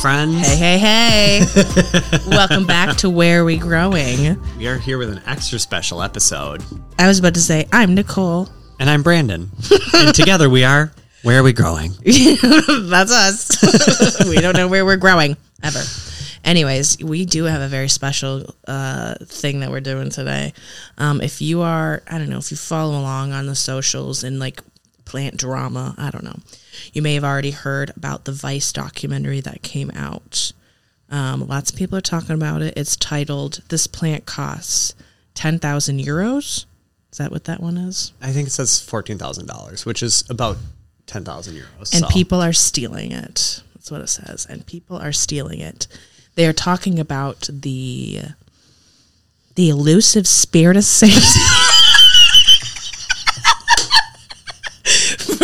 friends. Hey, hey, hey. Welcome back to Where We Growing. We are here with an extra special episode. I was about to say, I'm Nicole. And I'm Brandon. and together we are Where Are We Growing? That's us. we don't know where we're growing ever. Anyways, we do have a very special uh, thing that we're doing today. Um, if you are, I don't know, if you follow along on the socials and like plant drama, I don't know, you may have already heard about the Vice documentary that came out. Um, lots of people are talking about it. It's titled "This Plant Costs Ten Thousand Euros." Is that what that one is? I think it says $14,000, which is about 10,000 euros. and so. people are stealing it. That's what it says. And people are stealing it. They are talking about the the elusive spirit of Satan.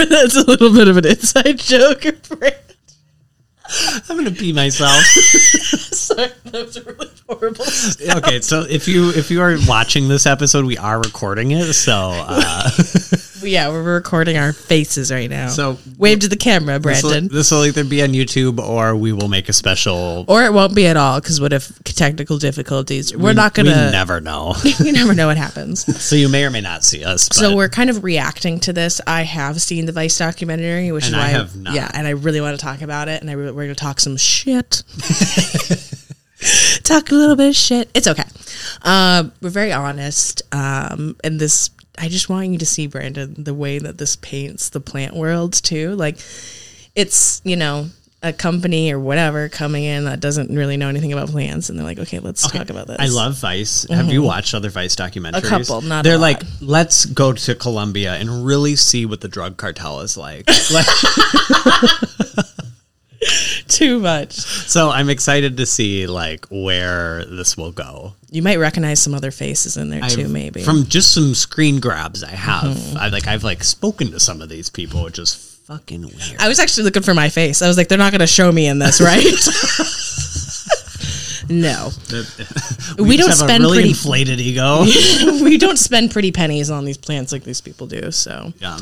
That's a little bit of an inside joke. I'm going to pee myself. Sorry, that was really horrible. okay, so if you if you are watching this episode, we are recording it. So, uh, Yeah, we're recording our faces right now. So- wave to the camera, this, will, Brandon. this will either be on YouTube or we will make a special. or it won't be at all because what if technical difficulties? We're not We gonna. never know. you never know what happens. so you may or may not see us. But So we're kind of reacting to this. I have seen the Vice documentary, which And is I why, have not. yeah, and I really want to talk about it, and I re- we're going to talk some shit. talk a little bit of shit. It's okay. Um, we're very honest, um, and this. I just want you to see Brandon the way that this paints the plant world too. Like it's you know a company or whatever coming in that doesn't really know anything about plants, and they're like, okay, let's talk about this. Mm-hmm. I love Vice. Have you watched other Vice documentaries? A couple, not a They're lot. like, let's go to Colombia and really see what the drug cartel is like. like. too much. So I'm excited to see like where this will go. You might recognize some other faces in there too, I've- maybe Mm-hmm. from just some screen grabs I have. I like I've like spoken to some of these people, which is fucking weird. I was actually looking for my face. I was like, they're not going to show me in this, right? no, we, don't just have spend a really pretty. inflated ego. we don't spend pretty pennies on these plants like these people do. So, yeah.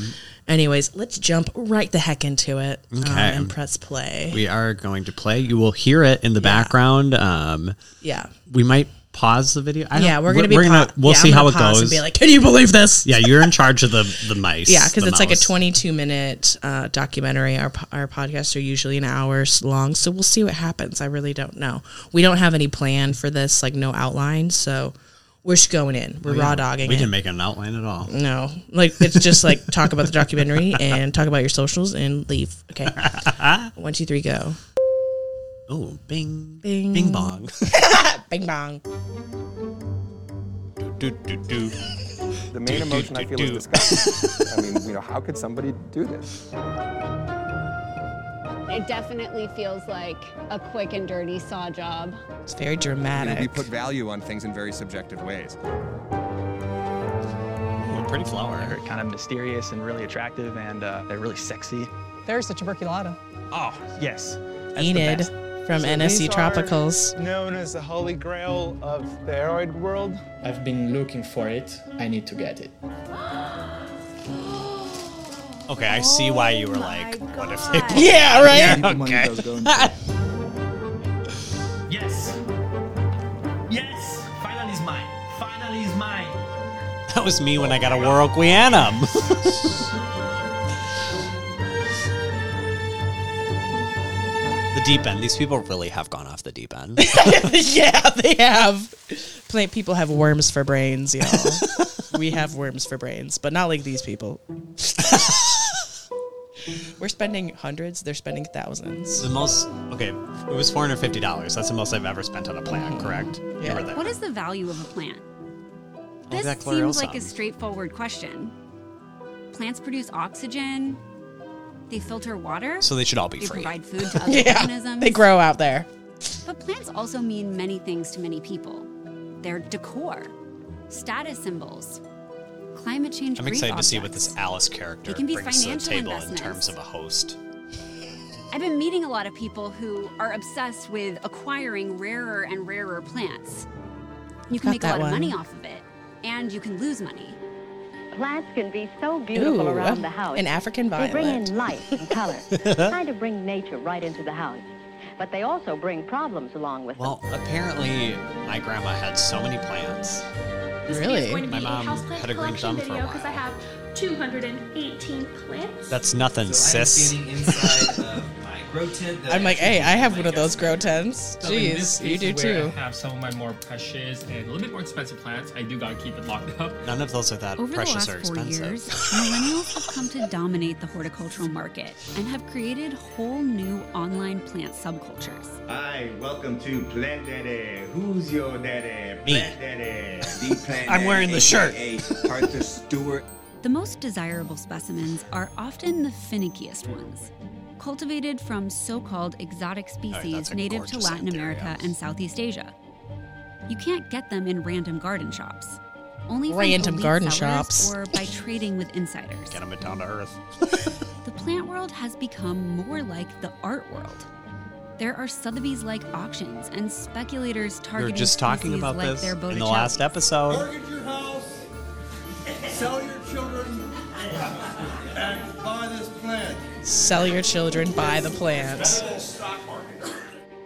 anyways, let's jump right the heck into it um, Okay. and press play. We are going to play. You will hear it in the background. Um, yeah, we might pause the video. I don't- yeah, we're gonna be. pa- we'll yeah, see I'm how gonna it pause goes. And be like, can you believe this? yeah, you're in charge of the the mice. Yeah, because the it's like a mouse. 22 minute uh, documentary. Our, po- our podcasts are usually an hour s- long, so we'll see what happens. I really don't know. We don't have any plan for this, like no outline, so we're just going in. We're raw dogging Oh, We it. didn't make an outline at all. No, like it's just like talk about the documentary and talk about your socials and leave. Okay, one, two, three, go. Oh, Mm-hmm. bing, Bing. bing bong. Bing bong. do, do, do. The main emotion I feel is disgust. I mean, you know, how could somebody do this? It definitely feels like a quick and dirty saw job. It's very You know, we dramatic. put value on things in very subjective ways. Ooh, pretty flower. They're kind of mysterious and really attractive, and uh, they're really sexy. There's the tuberculata. Oh, yes. That's the Enid best. from So NSC these are Tropicals. Known as the holy grail of the aeroid world. I've been looking for it. I need to get it. Okay, I see why you were like, what if they Oh Yeah, right. Okay. Yes. Yes. Finally is mine. Finally is mine. That was me when I got a Warroquianum. the deep end. These people really have gone off the deep end. yeah, they have. Plant people have worms for brains, y'all. we have worms for brains, but not like these people. We're spending hundreds, they're spending thousands. the most okay, it was four hundred fifty dollars. That's the most I've ever spent on a plant, correct? You Yeah. were there. What is the value of a plant? Oh, This that seems like a Clariosum. straightforward question. Plants produce oxygen, they filter water, So they should all be they free. provide food to other organisms. They grow out there. But plants also mean many things to many people. They're decor, status symbols, climate change. I'm grief excited to see what objects. this Alice character They can be brings to the financial table in investments. terms of a host. I've been meeting a lot of people who are obsessed with acquiring rarer and rarer plants. You can Got make a that lot one. of money off of it, and you can lose money. Plants can be so beautiful Ooh, around the house. an African They bring violet. in light and color. Try to bring nature right into the house. but they also bring problems along with Well, apparently my grandma had so many plants. This Really? video is going to My be mom a houseplant had a green collection thumb for a video because I while. have 218 plants. That's nothing, So I'm sis. standing inside of my grow tent. that I'm like, actually hey, I have my one of those guest grow tents. So in this Jeez, you case do is where too. I have some of my more precious and a little bit more expensive plants. I do gotta keep it locked up. None of those are that Over precious the or last four expensive. years, millennials have come to dominate the horticultural market and have created whole new online plant subcultures. Hi, welcome to Plant Daddy. Who's your daddy? Me. Plant Daddy. The Plant I'm wearing Daddy, the shirt. AKA Arthur Stewart. The most desirable specimens are often the finickiest ones, cultivated from so called exotic species that's a native to gorgeous Latin anthurium. America and Southeast Asia. You can't get them in random garden shops. Only from Random elite garden sellers shops. or by trading with insiders. Get them down to earth. The plant world has become more like the art world. There are Sotheby's like auctions and speculators We were targeting just talking species about like this their in the last Botticellis. episode. Mortgage your house, sell your children, and buy this plant. Sell your children, buy the plants.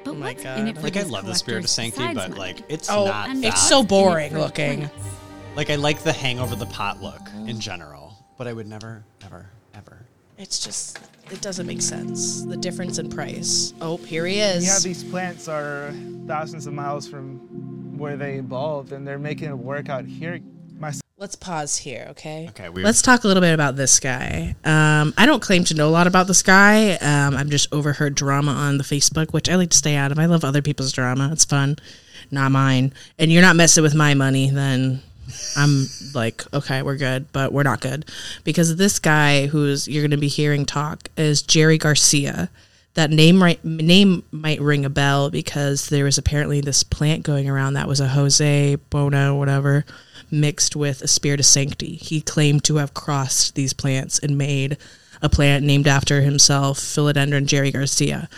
But my what's God. in it for Oh Like I these love the spirit of collectors sanctity, besides but money? like it's Oh, not. And that. it's so what's in it for boring the looking. plants? Like I like the hangover the pot look in general, but I would never, ever, ever. It's just, it doesn't make sense. The difference in price. Oh, here he Yeah, is. these plants are thousands of miles from where they evolved, and they're making it work out here. My Let's pause here, okay? Okay, we Let's talk a little bit about this guy. Um, I don't claim to know a lot about this guy. Um, I've just overheard drama on the Facebook, which I like to stay out of. I love other people's drama. It's fun, not mine. And you're not messing with my money, then I'm like, okay, we're good, but we're not good because this guy who's you're going to be hearing talk is Jerry Garcia. That name right name might ring a bell because there was apparently this plant going around that was a Jose Bono whatever mixed with a spirit of sanctity. He claimed to have crossed these plants and made a plant named after himself, Philodendron Jerry Garcia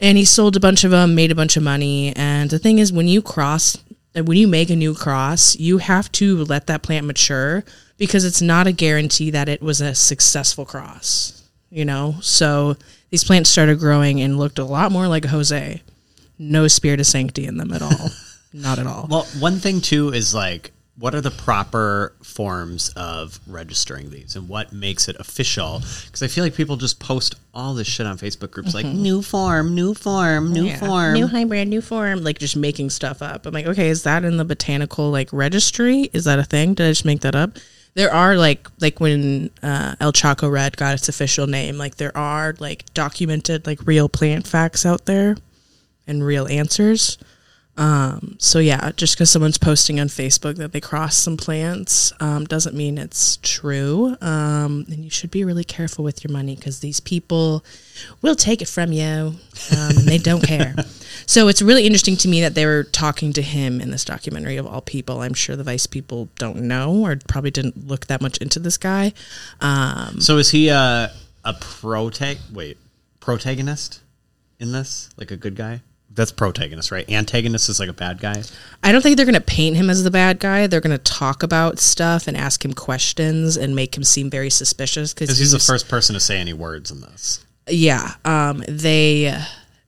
and he sold a bunch of them, made a bunch of money. And the thing is, when you cross, uh, when you make a new cross, you have to let that plant mature because it's not a guarantee that it was a successful cross, you know? So these plants started growing and looked a lot more like Jose. No spirit of sanctity in them at all. not at all. Well, one thing too is like, what are the proper forms of registering these, and what makes it official? Because I feel like people just post all this shit on Facebook groups, like new form, new form, new Yeah. form. New hybrid, new form, like just making stuff up. I'm like, okay, is that in the botanical like registry? Is that a thing? Did I just make that up? There are like like when uh, El Chaco Red got its official name, like there are like documented like real plant facts out there and real answers. Um, so yeah, just because someone's posting on Facebook that they crossed some plants um, doesn't mean it's true. Um, and you should be really careful with your money because these people will take it from you. Um, and they don't care. So it's really interesting to me that they were talking to him in this documentary of all people. I'm sure the Vice people don't know or probably didn't look that much into this guy. Um, so is he a a protag? Wait, protagonist in this? Like a good guy? That's protagonist, right? Antagonist is like a bad guy. I don't think they're going to paint him as the bad guy. They're going to talk about stuff and ask him questions and make him seem very suspicious because Because he's the first person to say any words in this. yeah um they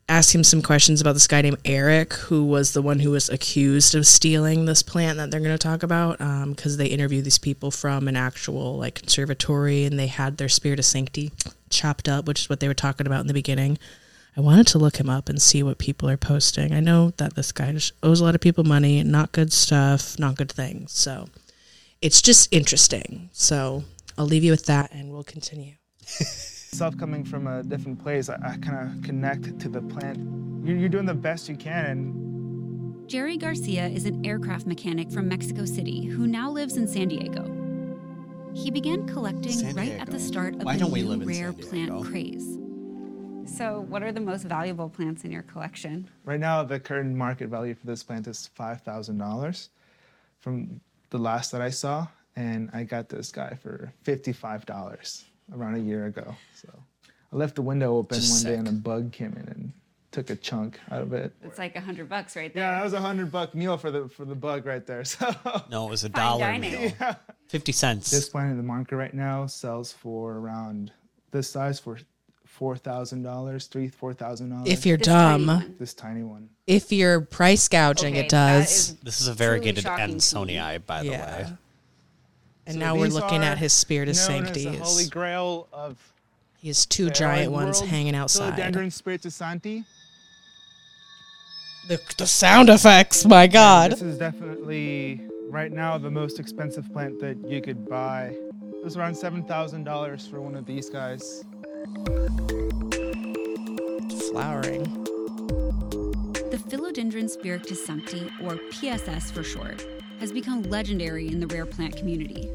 asked him some questions about this guy named eric who was the one who was accused of stealing this plant that they're going to talk about because they interviewed these people from an actual like conservatory and they had their spirit of sanctity chopped up which is what they were talking about in the beginning i wanted to look him up and see what people are posting i know that this guy just owes a lot of people money not good stuff not good things so it's just interesting so i'll leave you with that and we'll continue myself coming from a different place, I, I kind of connect to the plant. You're, you're doing the best you can, and Jerry Garcia is an aircraft mechanic from Mexico City who now lives in San Diego. He began collecting San right at the Diego. start of Why the don't we new live in rare San plant Diego? craze. So, what are the most valuable plants in your collection? right now the current market value for this plant is five thousand dollars, from the last that I saw, and I got this guy for fifty-five dollars around a year ago. So I left the window open Just one day, sick. and a bug came in and took a chunk out of it. It's like a hundred bucks right there. Yeah, that was a hundred buck meal for the for the bug right there. So No, it was a dollar dining. meal. Fifty cents. this plant in the market right now sells for around this size for four thousand dollars, three four thousand dollars. If you're This dumb. tiny one. this tiny one. If you're price gouging, Okay, it that does. is This is a variegated truly shocking to me. Ansonii, by the way. And So now we're these looking are at his spirit of known as the sancti. Holy is- Grail of He has two giant ones hanging outside. Philodendron spiritus santi. The, the sound effects, my God. This is definitely right now the most expensive plant that you could buy. It was around seven thousand dollars for one of these guys. Flowering. The Philodendron spiritus sancti, or PSS for short, has become legendary in the rare plant community.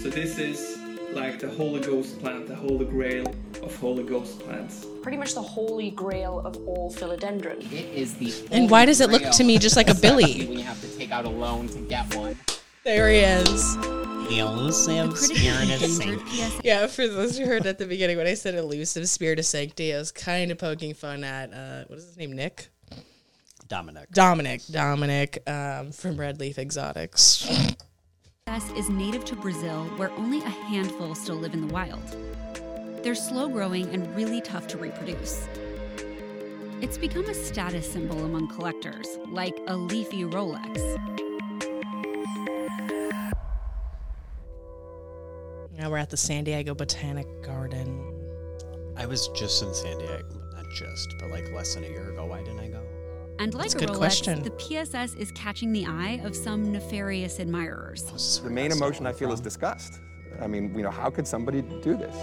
So this is like the Holy Ghost plant, the Holy Grail of Holy Ghost plants. Pretty much the holy grail of all philodendron. It is the And why does it look to me just like a billy? when you have to take out a loan to get one. There he is. The elusive spirit of sanctity. Yeah, for those who heard at the beginning when I said elusive spirit of sancti, I was kind of poking fun at uh, what is his name, Nick? Dominic. Dominic. Dominic um, from Red Leaf Exotics. PSS is native to Brazil, where only a handful still live in the wild. They're slow growing and really tough to reproduce. It's become a status symbol among collectors, like a leafy Rolex. Now we're at the San Diego Botanic Garden. I was just in San Diego, not just, but like less than a year ago. Why didn't I go? And like That's a a good Rolex, question. the PSS is catching the eye of some nefarious admirers. The main emotion I feel is disgust. I mean, you know, how could somebody do this?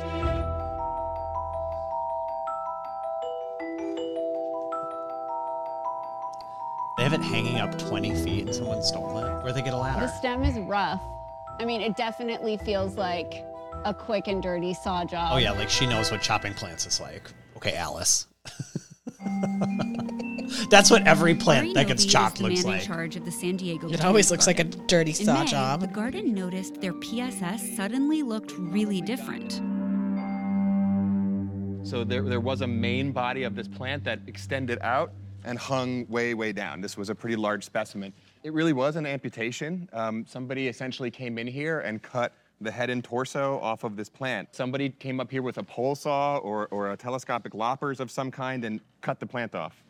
They have it hanging up 20 feet and someone stole it. Where they get a The ladder? stem is rough. I mean, it definitely feels like a quick and dirty saw job. Oh, yeah, like she knows what chopping plants is like. Okay, Alice. That's what every plant that gets Novi chopped is the looks man like. In charge of the San Diego It always Botanic looks like a Garden. dirty In saw May, job. The garden noticed their PSS suddenly looked really different. So there, there was a main body of this plant that extended out and hung way, way down. This was a pretty large specimen. It really was an amputation. Um, somebody essentially came in here and cut the head and torso off of this plant. Somebody came up here with a pole saw or, or a telescopic loppers of some kind and cut the plant off.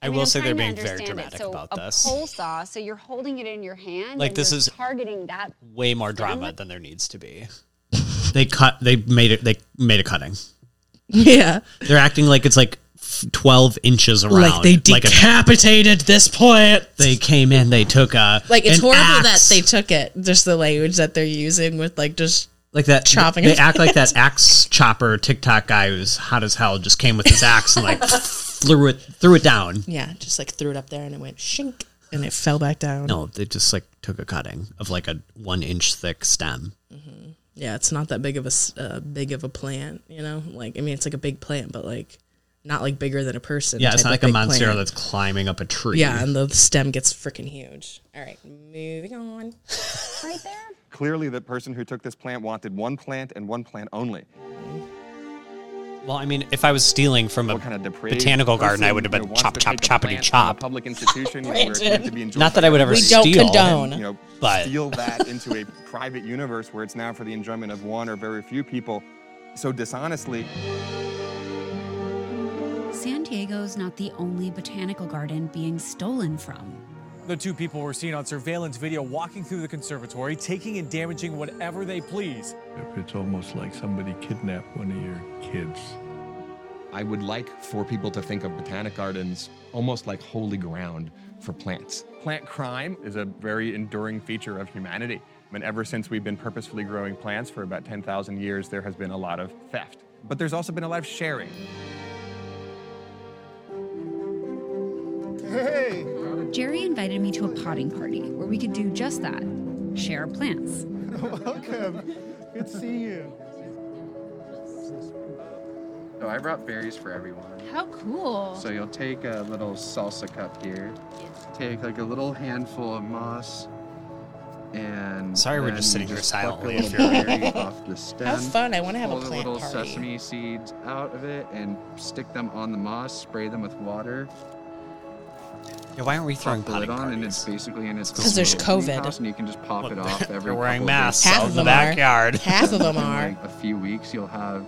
I, will say they're trying to being very understand dramatic it. So about a this. pole saw, so you're holding it in your hand. Like, and this you're is- targeting that. Way more drama than there needs to be. They cut. They made it. They made a cutting. Yeah. They're acting like it's like f- 12 inches around. Like they a- decapitated this plant. they came in. They took a Like it's an horrible axe. that they took it. Just the language that they're using with like just like that chopping. They a act like plant. that axe chopper TikTok guy who's hot as hell just came with his axe and like threw it threw it down. Yeah, just like threw it up there and it went shink and it fell back down. No, they just like took a cutting of like a one inch thick stem. Yeah, it's not that big of a s- uh, big of a plant, you know. Like I mean, it's like a big plant, but like not like bigger than a person. yeah, it's type not of like a big monstera plant. that's climbing up a tree. Yeah, and the stem gets freaking huge. All right, moving on. right there. Clearly, the person who took this plant wanted one plant and one plant only. Well, I mean, if I was stealing from a Praise botanical person, garden, I would have you been know, wants chop to chop take a choppity plant from chop. A public institution you know, where it's meant to be enjoyed. Not that by I would ever everyone. We don't steal, condone. you know, but- steal that into a private universe where it's now for the enjoyment of one or very few people. So dishonestly, San Diego's not the only botanical garden being stolen from. The two people were seen on surveillance video walking through the conservatory, taking and damaging whatever they please. It's almost like somebody kidnapped one of your kids. I would like for people to think of botanic gardens almost like holy ground for plants. Plant crime is a very enduring feature of humanity. I mean, ever since we've been purposefully growing plants for about 10,000 years, there has been a lot of theft. But there's also been a lot of sharing. Hey! Jerry invited me to a potting party where we could do just that share plants. Welcome. Good to see you. So I brought berries for everyone. How cool. So you'll take a little salsa cup here. Take like a little handful of moss. And Sorry we're then just you sitting here pluck a silently little if you're- berry off the stem. How fun, I wanna have a pull the plant little party. sesame seeds out of it and stick them on the moss, spray them with water. Yeah, why aren't we throwing pop the lid potting on and it's basically in its 'Cause there's little COVID. greenhouse And you can just pop it off every they're wearing couple of masks days. out in the backyard. In, like, a few weeks you'll have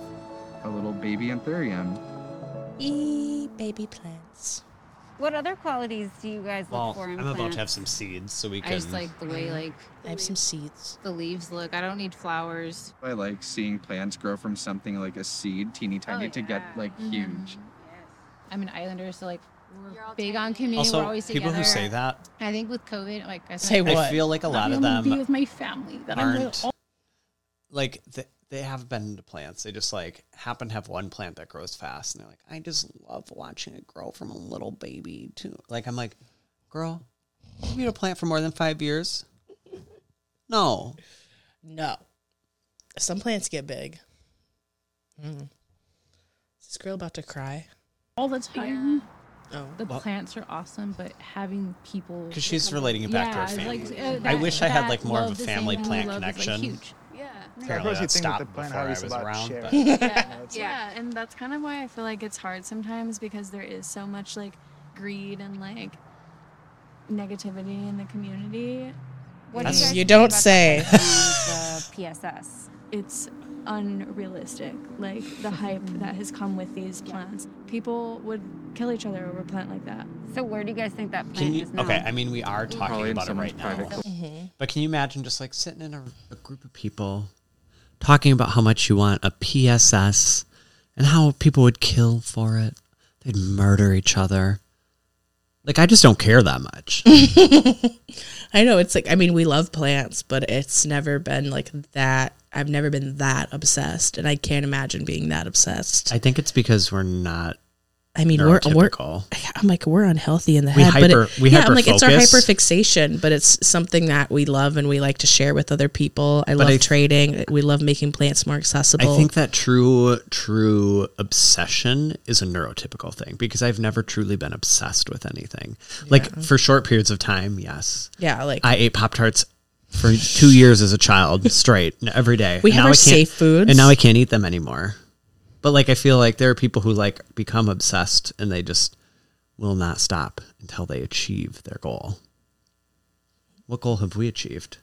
a little baby anthurium. E baby plants. What other qualities do you guys Well, look for in I'm about plants? to have some seeds, so we I can. just like the way like I have some seeds. The leaves look. I don't need flowers. I like seeing plants grow from something like a seed, teeny tiny, to get yeah. like Mhm. huge. I'm an islander, so like we're big on community. also, we're always people together. who say that I think with COVID, like I Say said, I what? feel like a lot I of wanna Be them with my family. That I'm aren't with all- like th- they haven't been into plants. They just like happen to have one plant that grows fast, and they're like, I just love watching it grow from a little baby to like. I'm like, girl, have you had a plant for more than five years? No, No. Some plants get big. Mm. Is this girl about to cry? all the time. Oh. The Well- plants are awesome, but having people because she's relating it back to her Yeah, family. like, uh, I that- wish I had that like more of love, a the same family thing plant love is, like, connection. huge. Yeah. Apparently Yeah, that of course you think with the stopped plant before I always was about around. sharing. but- yeah, yeah, and that's kind of why I feel like it's hard sometimes because there is so much like greed and like negativity in the community. What That's- do guys you think don't about say. the plants and the PSS. It's unrealistic, like the hype that has come with these plants. People would kill each other over a plant like that. So where do you guys think that plant Can you? is now? Okay, I mean we are talking Probably in about it someone's right now, private cl- Mm-hmm. but can you imagine just like sitting in a, a group of people talking about how much you want a PSS and how people would kill for it? They'd murder each other. Like I just don't care that much. I know it's like I mean we love plants, but it's never been like that. I've never been that obsessed, and I can't imagine being that obsessed. I think it's because we're not. I mean, we're, we're neurotypical. I'm like we're unhealthy in the We head, hyper- but it, we yeah, I'm like it's hyper-focus. our hyperfixation, but it's something that we love and we like to share with other people. I But love I- trading. We love making plants more accessible. I think that true, true obsession is a neurotypical thing because I've never truly been obsessed with anything. Like for short periods of time, yes. Yeah, like- I ate Pop Tarts for two years as a child straight n- every day. We have Now our I can't- safe foods. and now I can't eat them anymore. But like I feel like there are people who like become obsessed and they just will not stop until they achieve their goal. What goal have we achieved?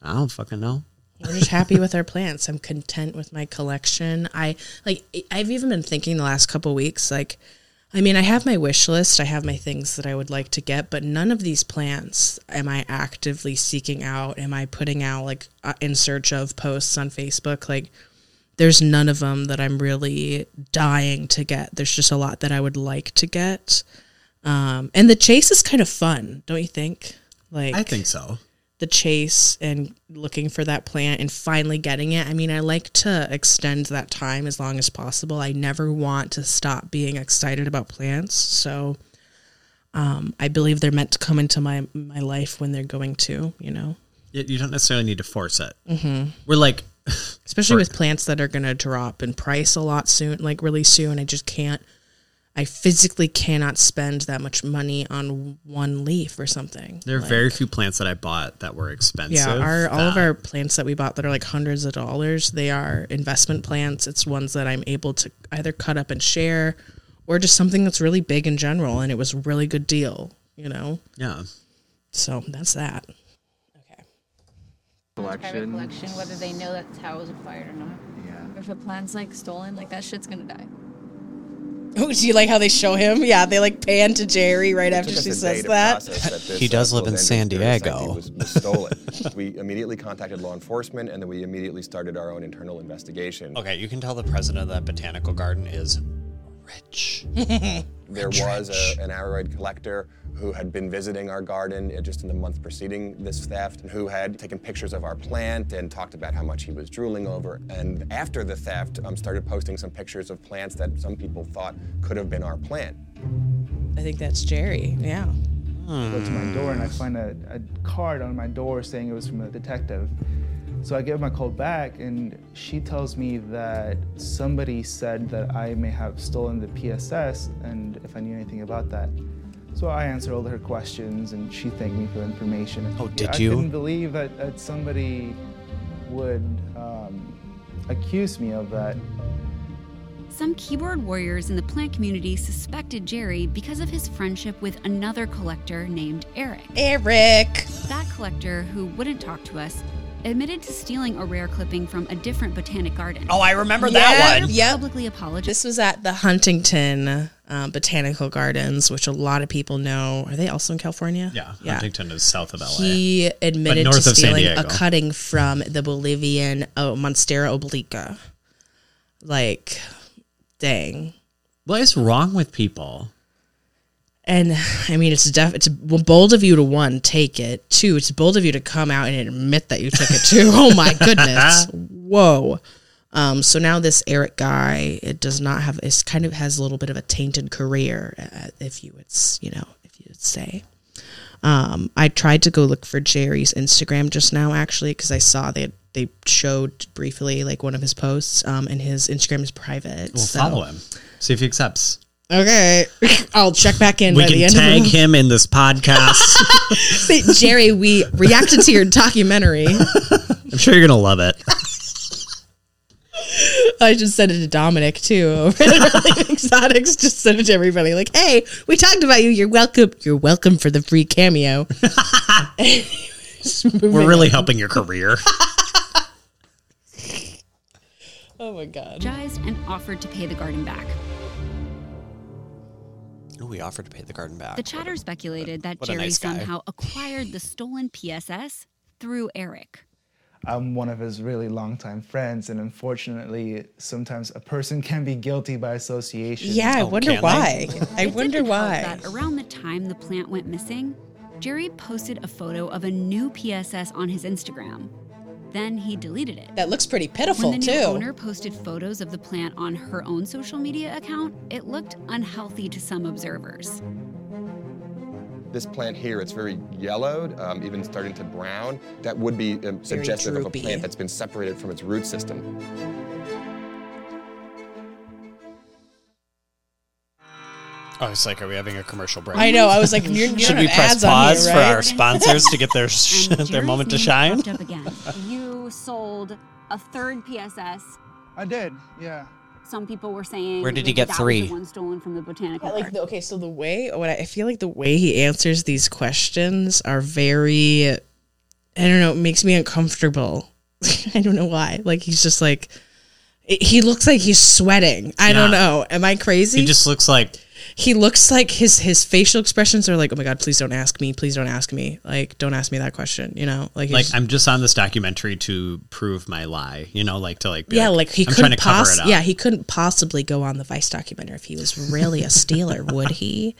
I don't fucking know. We're just happy with our plants. I'm content with my collection. I like I- I've even been thinking the last couple weeks like I mean, I have my wish list. I have my things that I would like to get, but none of these plants am I actively seeking out. Am I putting out like uh, in search of posts on Facebook? Like, there's none of them that I'm really dying to get. There's just a lot that I would like to get. Um, and the chase is kind of fun, don't you think? Like, I think so. the chase and looking for that plant and finally getting it. I mean, I like to extend that time as long as possible. I never want to stop being excited about plants. So um, I believe they're meant to come into my, my life when they're going to, you know, You you don't necessarily need to force it. Mhm. We're like, especially for- with plants that are going to drop in price a lot soon, like really soon. I just can't, I physically cannot spend that much money on one leaf or something. there are Like- very few plants that I bought that were expensive. Yeah, our all of that- our plants that we bought that are like hundreds of dollars, they are investment plants. It's ones that I'm able to either cut up and share or just something that's really big in general and it was a really good deal, you know. yeah. So that's that. private collection, whether they know that the towel was acquired or not. Yeah. If a plant's like stolen, like that shit's gonna die. Oh, do you like how they show him? Yeah, they like pan to Jerry right after took us she a day says to that. process that this, He does uh, live in Los San Angeles ID Diego. Was, was stolen. we immediately contacted law enforcement, and then we immediately started our own internal investigation. Okay, you can tell the president of that botanical garden is rich. There was a, an aroid collector who had been visiting our garden uh, just in the month preceding this theft, who had taken pictures of our plant and talked about how much he was drooling over. And after the theft, um, started posting some pictures of plants that some people thought could have been our plant. I think that's Jerry. Yeah. go to my door and Mm. I find a, a card on my door saying it was from a detective. So I give my code back, and she tells me that somebody said that I may have stolen the PSS and if I knew anything about that. So I answered all her questions, and she thanked me for the information. Oh, did I you? couldn't believe that, that somebody would um, accuse me of that. Some keyboard warriors in the plant community suspected Jerry because of his friendship with another collector named Eric. Eric! That collector, who wouldn't talk to us, admitted to stealing a rare clipping from a different botanic garden. Oh, I remember that one. Yeah. Publicly apologized. This was at the Huntington um, Botanical Gardens, which a lot of people know. Are they also in California? Yeah, Huntington is south of LA. He admitted to But north of San stealing a Diego. cutting from the Bolivian oh, Monstera obliqua. Like, dang. What is wrong with people? And I mean, it's def- it's bold of you to one take it. Two, it's bold of you to come out and admit that you took it too. oh my goodness, whoa. Um, so now this Eric guy, it does not have. It's kind of has a little bit of a tainted career, uh, if you would, s- you know, if you would say. Um, I tried to go look for Jerry's Instagram just now, actually, because I saw they they showed briefly like one of his posts, um, and his Instagram is private. We'll so- follow him. See if he accepts. Okay, I'll check back in. we by the can end of tag the- him in this podcast. Jerry, we reacted to your documentary. I'm sure you're gonna love it. I just sent it to Dominic too. over at Early Exotics just sent it to everybody. Like, hey, we talked about you. You're welcome. You're welcome for the free cameo. Just moving We're really on. helping your career. Oh my god. Apologized and offered to pay the garden back. Ooh, we offered to pay the garden back. The chatter speculated that what a Jerry nice guy. somehow acquired the stolen PSS through Eric. I'm one of his really longtime friends, and unfortunately, sometimes a person can be guilty by association. Yeah, I Oh, wonder can they? why. I It did wonder be called why. That around the time the plant went missing, Jerry posted a photo of a new PSS on his Instagram. Then he deleted it. That looks pretty pitiful, when the too. New owner posted photos of the plant on her own social media account. It looked unhealthy to some observers. This plant here, it's very yellowed, um, even starting to brown. That would be um, suggestive of a droopy. plant that's been separated from its root system. I was Oh, like, are we having a commercial break? I know, I was like, you're- you should don't we have ads press on here, pause right? for our sponsors to get their sh- their Jerry's moment to name shine? popped up again. you sold a third PSS. I did, yeah. Some people were saying. Where did that he get that was three? the one stolen from the botanical. like garden. okay, so the way what I, I feel like the way he answers these questions are very, I don't know, it makes me uncomfortable. I don't know why. Like he's just like, it, he looks like he's sweating. I don't Yeah. know. Am I crazy? He just looks like he looks like his his facial expressions are like, oh my god, please don't ask me, please don't ask me, like don't ask me that question, you know, like, like he's- I'm just on this documentary to prove my lie. You know, like to like be yeah, like, he I'm couldn't trying to cover poss- it up. yeah, he couldn't possibly go on the Vice documentary if he was really a stealer, would he?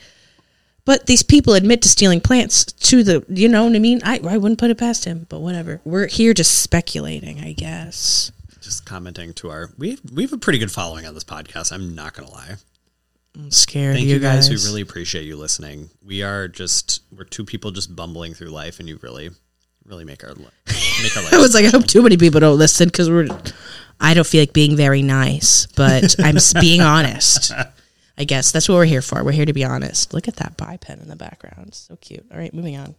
But these people admit to stealing plants to the, you know what I mean? I I wouldn't put it past him, but whatever. We're here just speculating, I guess. just commenting to our we we have a pretty good following on this podcast. I'm not gonna lie. I'm scared. Thank of you, you guys. guys. We really appreciate you listening. We are just we're two people just bumbling through life, and you really really make our li- make our life. I was like, I hope too many people don't listen because we're. I don't feel like being very nice, but I'm s- being honest. I guess that's what we're here for. We're here to be honest. Look at that biped in the background. So cute. All right, moving on.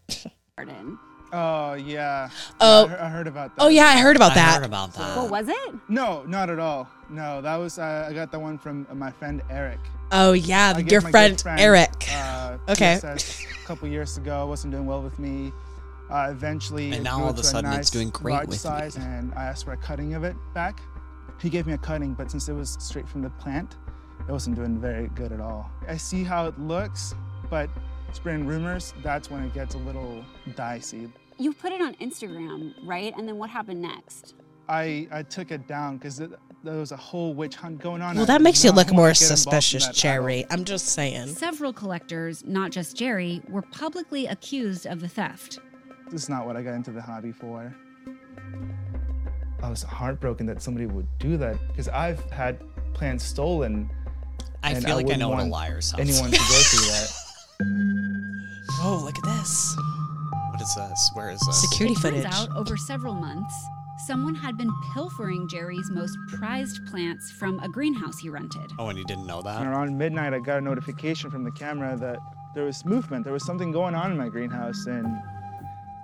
Garden. Oh yeah. Oh. I, he- I heard about that. Oh, yeah, I heard about I that. heard about What was it? No, not at all. No, that was uh, I got that one from my friend Eric. Oh, yeah, I gave your my good friend Eric. Uh, Okay. PSS A couple years ago, wasn't doing well with me. Uh, eventually, And it now grew all up of a to sudden it's nice, doing great large with me. size, and I asked for a cutting of it back. He gave me a cutting, but since it was straight from the plant, it wasn't doing very good at all. I see how it looks, but spreading rumors, that's when it gets a little dicey. You put it on Instagram, right? And then what happened next? I, I took it down because there was a whole witch hunt going on. Well, I that did makes you not look want more to get involved in suspicious, that at Jerry. I'm just saying. Several collectors, not just Jerry, were publicly accused of the theft. all. This is not what I got into the hobby for. I was heartbroken that somebody would do that because I've had plants stolen. I and feel like I wouldn't know what a want liar sounds Anyone to like. go through that. Oh, look at this. What is this? Where is this? Security it footage. Turns out, over several months, someone had been pilfering Jerry's most prized plants from a greenhouse he rented. Oh, and you didn't know And that. around midnight, I got a notification from the camera that there was movement. There was something going on in my greenhouse, and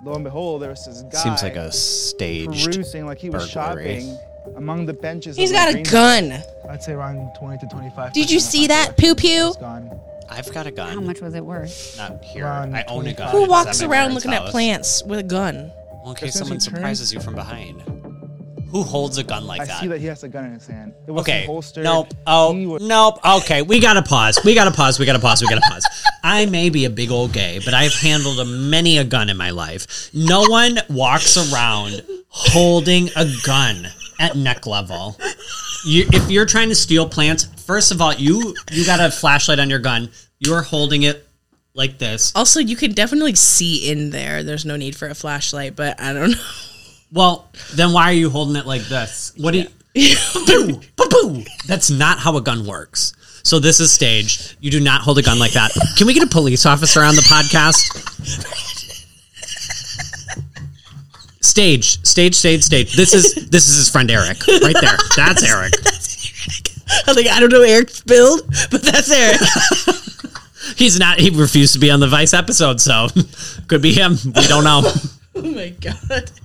lo and behold, there was this guy Seems like a staged perusing like he was burglary. shopping among the benches. He's of got my a greenhouse. gun. I'd say around 20 to 25. Did you see that? Pew pew. I've got a gun. How much was it worth? Not here. Around I own a gun. Who Oh, It's at walks my around parents' looking at house. plants with a gun? Well, in case As soon as someone he turns- surprises you from behind. Who holds a gun like I that? see that he has a gun in his hand. It was Okay. holstered. Nope. Oh, nope. Okay. We got to pause. We got to pause. We got to pause. We got to pause. I may be a big old gay, but I've handled a many a gun in my life. No one walks around holding a gun at neck level. You, if you're trying to steal plants, first of all, you you got a flashlight on your gun. You're holding it like this. Also, you can definitely see in there. There's no need for a flashlight, but I don't know. Well, then why are you holding it like this? What do you? boo, boo, boo. That's not how a gun works. So this is staged. You do not hold a gun like that. Can we get a police officer on the podcast? Stage, stage, stage, stage. This is this is his friend Eric right there. That's Eric. I think I don't know Eric's build, but that's Eric. He's not. He refused to be on the Vice episode, so could be him. We don't know. oh my god.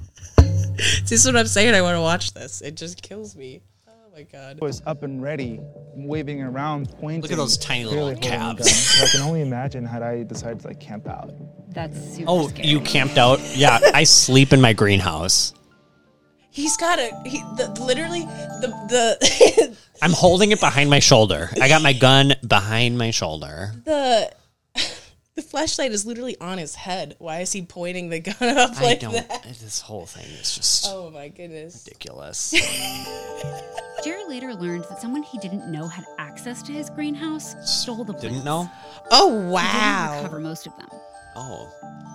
This is what I'm saying. I want to watch this. It just kills me. Oh my god. was up and ready, waving around, pointing. Look at those tiny little clearly holding a gun. calves. So I can only imagine had I decided to like camp out. That's super Oh, you camped out? Yeah, I sleep in my greenhouse. He's got a he the, literally the the I'm holding it behind my shoulder. I got my gun behind my shoulder. the the flashlight is literally on his head. Why is he pointing the gun up I like don't. that? This whole thing is just Oh my goodness. ridiculous. Jerry later learned that someone he didn't know had access to his greenhouse stole the plants. Didn't know? Oh He didn't recover most of them. Oh.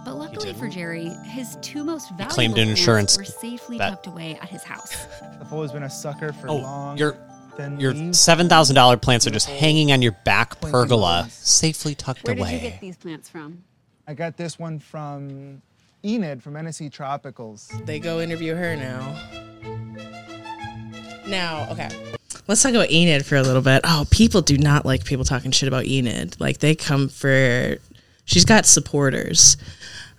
But luckily for didn't? Jerry, his two most valuable claimed an plants insurance were safely bet. tucked away at his house. I've always been a sucker for Oh, long. your thin your leaves. seven thousand dollar plants are just hanging on your back pergola, safely tucked Where did you away. get these plants from? I got this one from Enid from NSC Tropicals. They go interview her now. Now, okay. Let's talk about Enid for a little bit. Oh, people do not like people talking shit about Enid. Like they come for she's got supporters.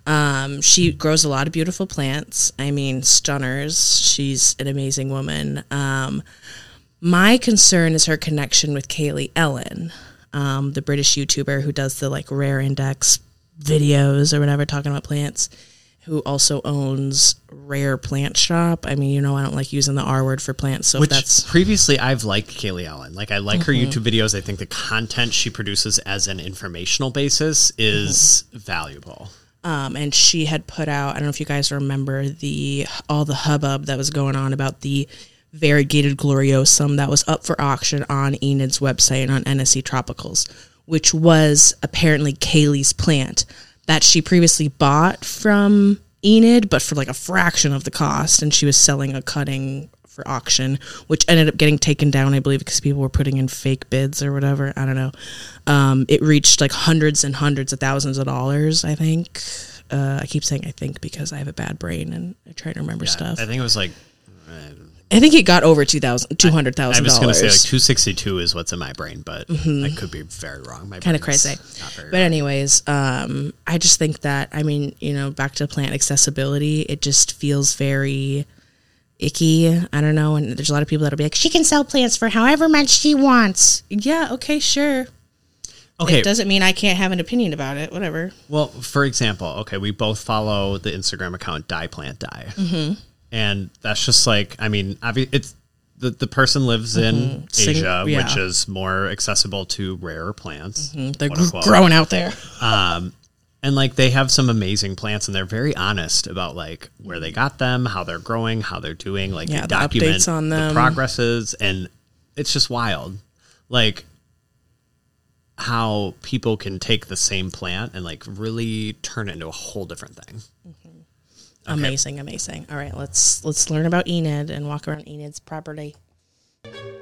Um, she grows a lot of beautiful plants. I mean, stunners. She's an amazing woman. Um, my concern is her connection with Kaylee Ellen, um, the British YouTuber who does the like rare index videos or whatever talking about plants, who also owns Rare Plant Shop. I mean, you know, I don't like using the R word for plants, so if Which that's previously I've liked Kaylee Allen. Like I like her Mm-hmm. Mhm. YouTube videos. I think the content she produces as an informational basis is Mm-hmm. valuable. um, and she had put out i don't know if you guys remember the all the hubbub that was going on about the variegated gloriosum that was up for auction on enid's website and on nsc tropicals which was apparently kaylee's plant that she previously bought from enid but for like a fraction of the cost and she was selling a cutting for auction which ended up getting taken down i believe because people were putting in fake bids or whatever i don't know um, it reached like hundreds and hundreds of thousands of dollars i think uh, i keep saying i think because i have a bad brain and i try to remember Yeah, stuff I think it was like i think it got over 2000 200000 I was going dollars to say like 262 is what's in my brain, but Mhm. Mm-hmm. I could be very wrong. My kind of brain's crazy. not very But anyways, um, I just think that I mean, you know, back to plant accessibility, it just feels very icky. I don't know, and there's a lot of people that'll be like, she can sell plants for however much she wants. Yeah, okay, sure. Okay. it doesn't mean I can't have an opinion about it. Whatever. Well, for example, okay, we both follow the Instagram account Die Plant Die, Mhm. and that's just like I mean, obvi- it's the the person lives in Mhm. Sing- Asia, yeah. which is more accessible to rarer plants. Mhm. They're quote gr- unquote. growing out there. Um, and like they have some amazing plants, and they're very honest about like where they got them, how they're growing, how they're doing. Like Yeah, they the document updates on the them. progresses, and it's just wild. Like how people can take the same plant and like really turn it into a whole different thing. Amazing, amazing. All right, let's let's learn about Enid and walk around Enid's property.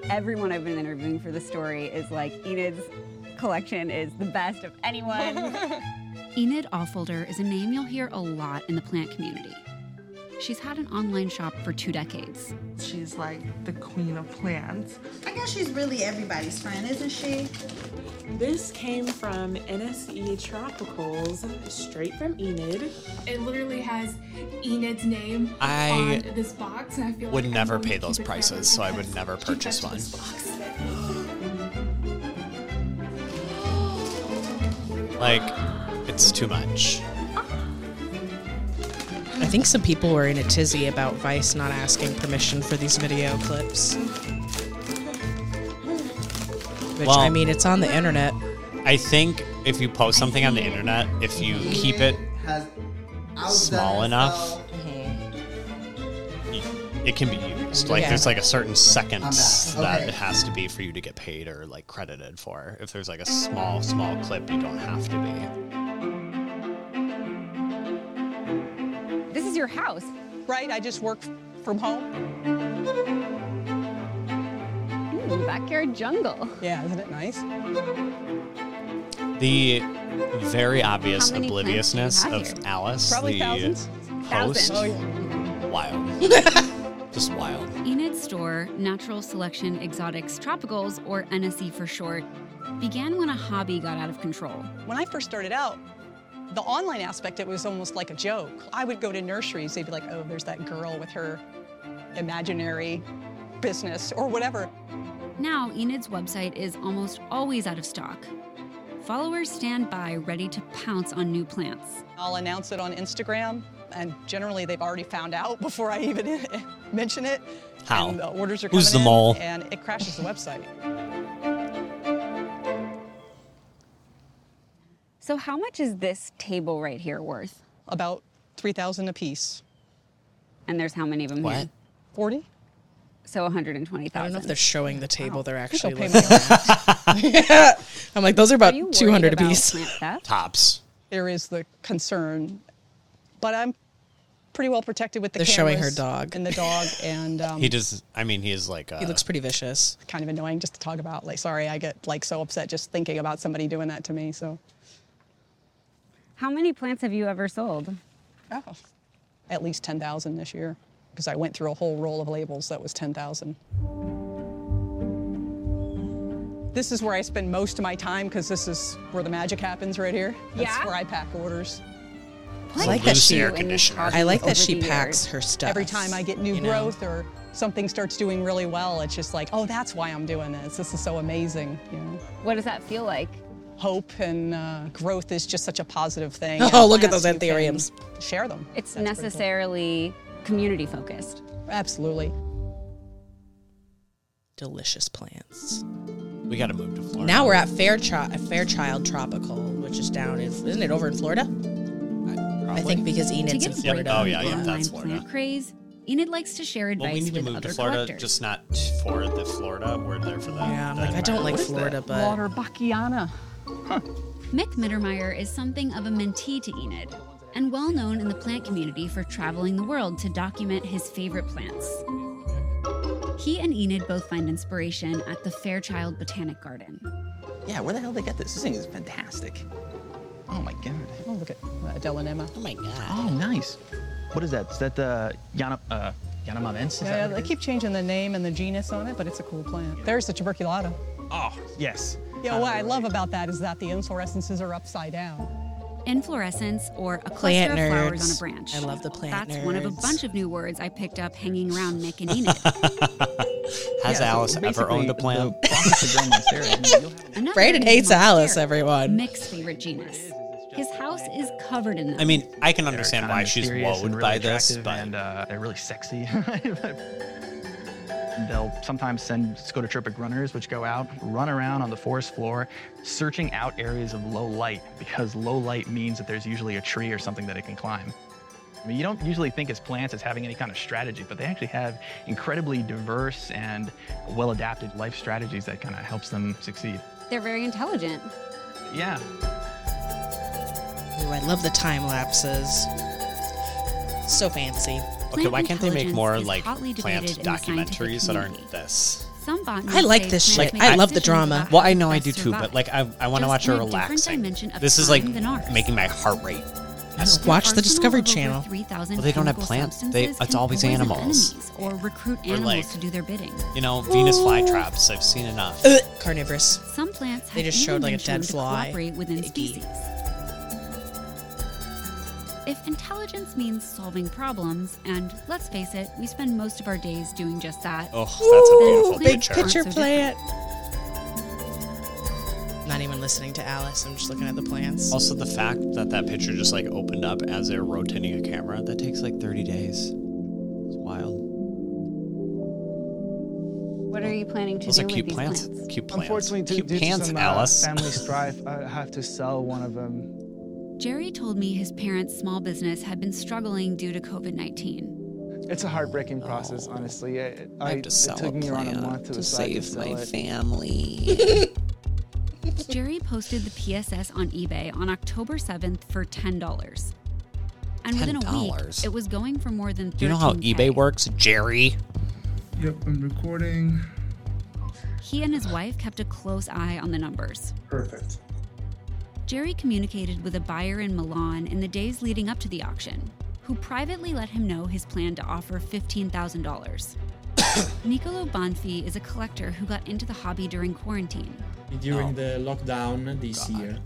Everyone I've been interviewing for the story is like Enid's collection is the best of anyone. Enid Offolder is a name you'll hear a lot in the plant community. She's had an online shop for two decades. She's like the queen of plants. I guess she's really everybody's friend, isn't she? This came from NSE Tropicals, straight from Enid. It literally has Enid's name I on this box, and I feel Would like never everyone pay would those keep it forever. prices, so I would never purchase one. Like, it's too much. I think some people were in a tizzy about Vice not asking permission for these video clips. Which, Well- I mean, it's on the internet. I think if you post something on the internet, if you keep it small enough, y- it can be used. Like Yeah. there's like a certain seconds I'm back. that Okay. it has to be for you to get paid or like credited for. If there's like a small, small clip, you don't have to be. This is your house. Right, I just work from home. Ooh, backyard jungle. Yeah, isn't it nice? The very obvious How many plants do you obliviousness have of here? Alice, Probably the thousands. host, Thousands. Oh, wild, just wild. Enid Store, Natural Selection Exotics Tropicals, or NSE for short, began when a hobby got out of control. When I first started out, the online aspect, it was almost like a joke. I would go to nurseries, they'd be like, oh, there's that girl with her imaginary business or whatever. Now, Enid's website is almost always out of stock. Followers stand by ready to pounce on new plants. I'll announce it on Instagram, and generally they've already found out before I even mention it. How? And the orders are coming Who's the in, mole? And it crashes the website. So, how much is this table right here worth? About 3000 a piece. And there's how many of them What? here? 40? So 120,000. I don't know if they're showing the table they're actually they'll looking pay at. I'm like, those are about you worried 200 about apiece. plant Tops. There is the concern, but I'm pretty well protected with the They're showing cameras her dog. and the dog, and um, He just, I mean, he is like. uh, A, He looks pretty vicious. kind of annoying just to talk about. Like, sorry, I get like so upset just thinking about somebody doing that to me. So How many plants have you ever sold? Oh. at least 10,000 this year because I went through a whole roll of labels that was 10,000. This is where I spend most of my time because this is where the magic happens right here. That's Yeah? where I pack orders. I like that she. I like that she packs her stuff. Every time I get new you know? growth or something starts doing really well, it's just like, oh, that's why I'm doing this. This is so amazing. You know? What does that feel like? Hope and uh, growth is just such a positive thing. Oh, And look at plants, those you can anthuriums. Share them. It's That's pretty cool. necessarily community focused. Absolutely. Delicious plants. We got to move to Florida. Now we're at Fairchild, Fairchild Tropical, which is down in, isn't it over in Florida? I think because Enid's in get Florida. Oh yeah, yeah, Online that's plant Florida. craze. Enid likes to share advice Well, we need to with move to other Florida, collectors. just not for the Florida. We're there for that. Uh, Yeah, I'm that like, I don't environment. like Florida, but Water Bachiana. Mick Mittermeier is something of a mentee to Enid and well known in the plant community for traveling the world to document his favorite plants. He and Enid both find inspiration at the Fairchild Botanic Garden. Yeah, where the hell did they get this? This thing is fantastic. Oh my god. Oh, look at uh, Delanema. Oh my god. Oh, nice. What is that? Is that the Yana, uh, Yanamavensis? Yeah, they keep changing the name and the genus on it, but it's a cool plant. There's the tuberculata. Oh, yes. Yeah, what I love about that is that the inflorescences are upside down. Inflorescence or a Plant cluster of flowers on nerds. a branch. I love the plant That's one of a nerds. bunch of new words I picked up hanging around Mick and Enid. Has Yeah, so Alice ever basically owned a plant? Another Brayden is hates Monstera, Alice, everyone. Mick's favorite genus. His house is covered in them. I mean, I can understand kinda why she's mysterious woed and really by this, attractive but and uh, they're really sexy. They'll sometimes send scototropic runners, which go out, run around on the forest floor, searching out areas of low light because low light means that there's usually a tree or something that it can climb. I mean, you don't usually think as plants as having any kind of strategy, but they actually have incredibly diverse and well-adapted life strategies that kind of helps them succeed. They're very intelligent. Yeah. Ooh, I love the time lapses. So fancy. okay, why can't they make more like hotly plant debated in the scientific documentaries that aren't this? Some botanists I like say this plants shit. make I love the decisions about drama. Well, I know I do best too, survive. but like I, I want to Just watch her in a different relaxing. dimension of This is like time than ours. making my heart rate. With an Watch the arsenal Discovery of over Channel. 3,000 Well, they don't have chemical plants. They- substances it's can always poison animals. enemies Or recruit Or, animals like, to do their bidding. You know, Venus flytraps. I've seen enough. Ugh, carnivorous. Some plants have They just even showed like a been shown dead to fly. cooperate within species. If intelligence means solving problems, and let's face it, we spend most of our days doing just that. Oh, that's a beautiful then picture. plants are different. not even listening to Alice. I'm just looking at the plants. Also, the fact that that picture just like opened up as they're rotating a camera that takes like 30 days. It's wild. What are you planning to Those do are with cute these plants. Cute plants. Unfortunately, due, cute due pants, to some uh, Alice. family strife, I have to sell one of them. Jerry told me his parents' small business had been struggling due to COVID 19. It's a heartbreaking process, honestly. It, I have to sell it took a me around a plant month to, to decide save sell my it. family. Jerry posted the PSS on eBay on October 7th for $10. And within a week, $10. it was going for more than Do you know how 13K. eBay works, Jerry? Yep, I'm recording. He and his wife kept a close eye on the numbers. Perfect. Jerry communicated with a buyer in Milan in the days leading up to the auction, who privately let him know his plan to offer $15,000. Niccolo Bonfi is a collector who got into the hobby during quarantine. During the lockdown this year,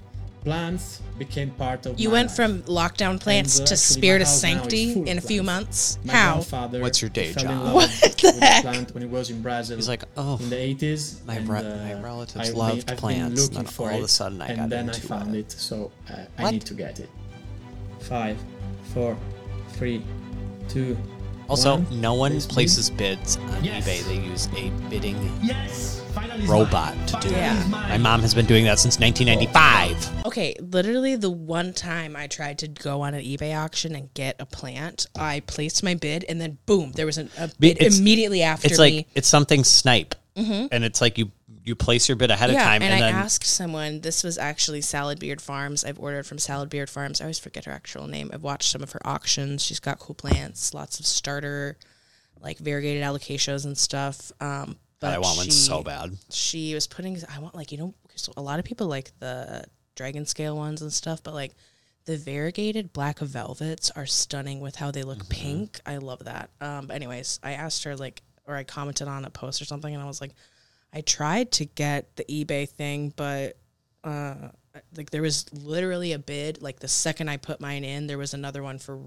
plants became part of You my went life. from lockdown plants And, uh, actually, to my Spirit of house now is Sanctity full of in a few months. My How? grandfather What's your day fell in job? love What with the a heck? plant when he was in Brazil. He's like, oh, in the eighties. my and, re- uh, my relatives I've been- loved I've been plants, looking and for all of it, a sudden I and got then into I found it. so uh, I What? need to get it. Five, four, three, two. Also, one. no one Please, places please. bids on Yes. eBay. They use a bidding Yes, finally it's robot mine. to do Finally it. it's mine. My mom has been doing that since 1995. Okay, literally the one time I tried to go on an eBay auction and get a plant, I placed my bid and then boom, there was an, a bid It's- immediately after It's me. like it's something snipe, Mhm. and it's like you you place your bid ahead of time, and, I then asked someone. This was actually Salad Beard Farms. I've ordered from Salad Beard Farms. I always forget her actual name. I've watched some of her auctions. She's got cool plants, lots of starter, like variegated alocasias and stuff. Um, but I want one so she- bad. She was putting. I want like you know, 'cause a lot of people like the dragon scale ones and stuff, but like the variegated black velvets are stunning with how they look pink. I love that. Um, but anyways, I asked her like, or I commented on a post or something, and I was like. I tried to get the eBay thing, but uh, like there was literally a bid. Like the second I put mine in, there was another one for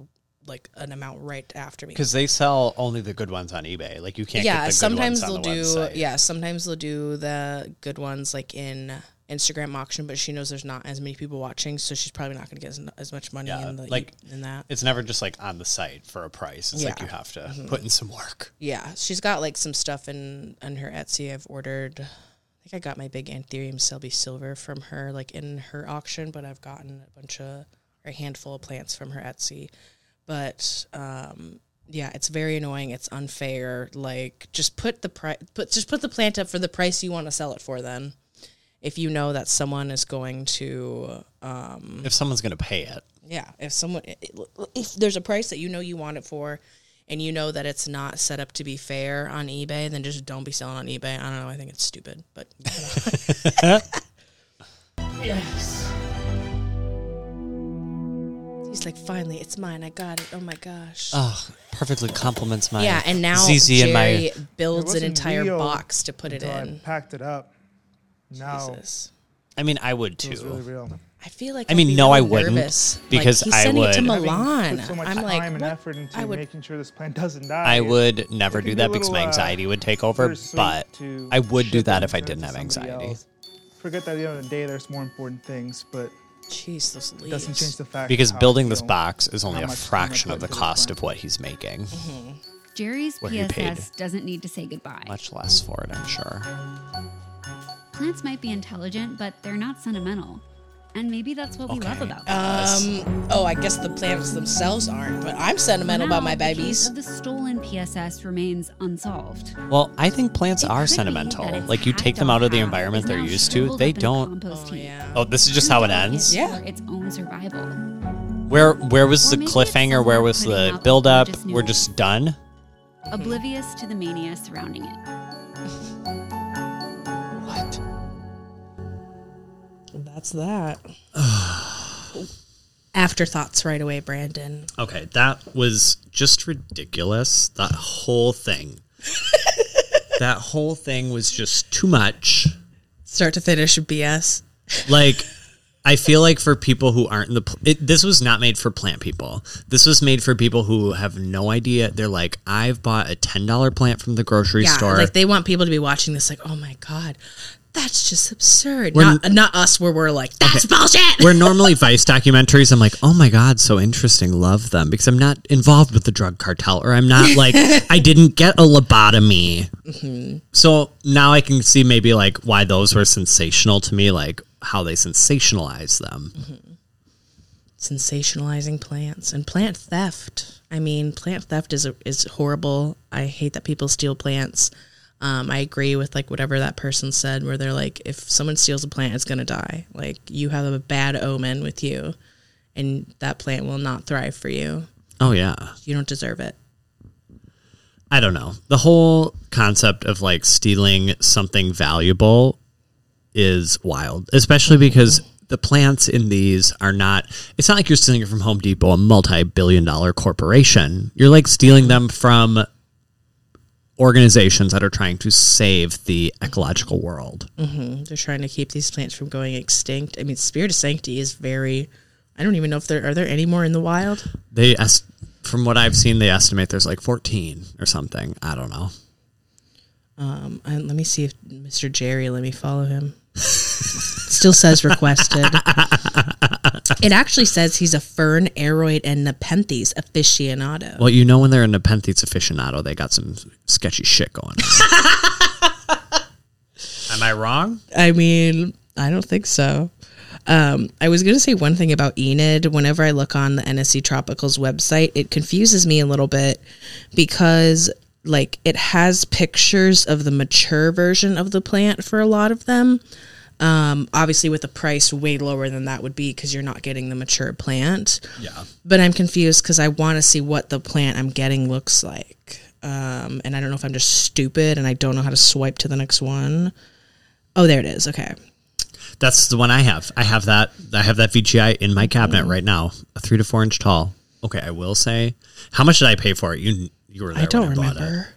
like an amount right after me. because they sell only the good ones on eBay. Like you can't. yeah, get the sometimes good they'll ones do. on the website. Yeah, sometimes they'll do the good ones like in Instagram auction, but she knows there's not as many people watching, so she's probably not going to get as, as much money in the like in that. It's never just like on the site for a price. It's like Yeah. you have to Mhm. put in some work. Yeah, she's got like some stuff in on her Etsy. I've ordered. I think I got my big anthurium selby silver from her, like in her auction, but I've gotten a bunch of or a handful of plants from her Etsy. But um, yeah, it's very annoying. It's unfair. Like just put the price, put just put the plant up for the price you want to sell it for. Then, if you know that someone is going to, um, If someone's gonna pay it, yeah, if someone if there's a price that you know you want it for and you know that it's not set up to be fair on eBay, then just don't be selling on eBay. I don't know, I think it's stupid, but Yes. he's like, "Finally, it's mine. I got it. Oh my gosh." oh, perfectly complements my yeah, and now ZZ Jerry and my builds It an wasn't entire real box to put it until I in. packed it up. Now Jesus. I mean, I would it too. was really real. I feel like I I'd mean, be no, really I wouldn't, nervous. because like, he's I sending it to would- Having Milan. put so much I'm time like, and what? effort into I would making sure this plant doesn't die. I It- would it never can do be that a because my little, uh, anxiety would take over. bittersweet But to I would do ship that it if I to didn't have somebody anxiety. else. Forget that at the end of the day, there's more important things, but jeez, those it doesn't leaves. change the fact Because of how I building this feel, box is only how a much time I fraction put of the into this cost plant. of what he's making. Mm-hmm. Jerry's What he paid. PSS doesn't need to say goodbye. Much less for it, I'm sure. Plants might be intelligent, but they're not sentimental. And maybe that's what we love about them. Uh, Um. Oh, I guess the plants themselves aren't, but I'm sentimental about my Now, the case babies. Of the stolen PSS remains unsolved. Well, I think plants It are could be that sentimental. it's Like you take them hacked out of the off, environment is they're now used to, shriveled they up in don't. compost heap. Oh, this is just how it ends. Yeah. Its own survival. Where where was Or the maybe it's cliffhanger? Where someone was putting out the like build up? gorgeous new We're just done. Oblivious to the mania surrounding it. What? That's that. Afterthoughts right away, Brandon. Okay, that was just ridiculous. That whole thing. that whole thing was just too much. Start to finish BS. like I feel like for people who aren't in the pl- it, this was not made for plant people. This was made for people who have no idea. They're like, I've bought a ten dollar plant from the grocery yeah, store. like they want people to be watching this, like, oh my god, that's just absurd. We're- Not, not us, where we're like, that's bullshit. Where normally Vice documentaries, I'm like, oh my God, so interesting. Love them because I'm not involved with the drug cartel or I'm not like, I didn't get a lobotomy. Mhm. So now I can see maybe like why those were sensational to me, like how they sensationalize them. sensationalizing plants and plant theft. I mean, plant theft is is horrible. I hate that people steal plants. Um, I agree with like whatever that person said, where they're like, if someone steals a plant, it's gonna die. Like you have a bad omen with you, and that plant will not thrive for you. Oh, yeah. You don't deserve it. I don't know. The whole concept of like stealing something valuable is wild, especially because the plants in these are not, it's not like you're stealing it from Home Depot, a multi billion dollar corporation. You're like stealing them from organizations that are trying to save the ecological world. hmm They're trying to keep these plants from going extinct. I mean, spirit of sanctity is very. I don't even know if there are there any more in the wild. They, es- from what I've seen, they estimate there's like 14 or something. I don't know. Um, and let me see if Mr. Jerry let me follow him. Still says requested. it actually says he's a fern, aeroid, and nepenthes aficionado. Well, you know, when they're an Nepenthes aficionado, they got some sketchy shit going on. Am I wrong? I mean, I don't think so. Um, I was going to say one thing about Enid. Whenever I look on the NSC Tropicals website, it confuses me a little bit because, like, it has pictures of the mature version of the plant for a lot of them. Um, obviously, with a price way lower than that would be because you're not getting the mature plant. Yeah. But I'm confused because I want to see what the plant I'm getting looks like. Um, and I don't know if I'm just stupid and I don't know how to swipe to the next one. Oh, there it is. Okay. That's the one I have. I have that. I have that VGI in my cabinet Mm. right now, a three to four inch tall. Okay, I will say, how much did I pay for it? You you were there. I don't when bought it. remember.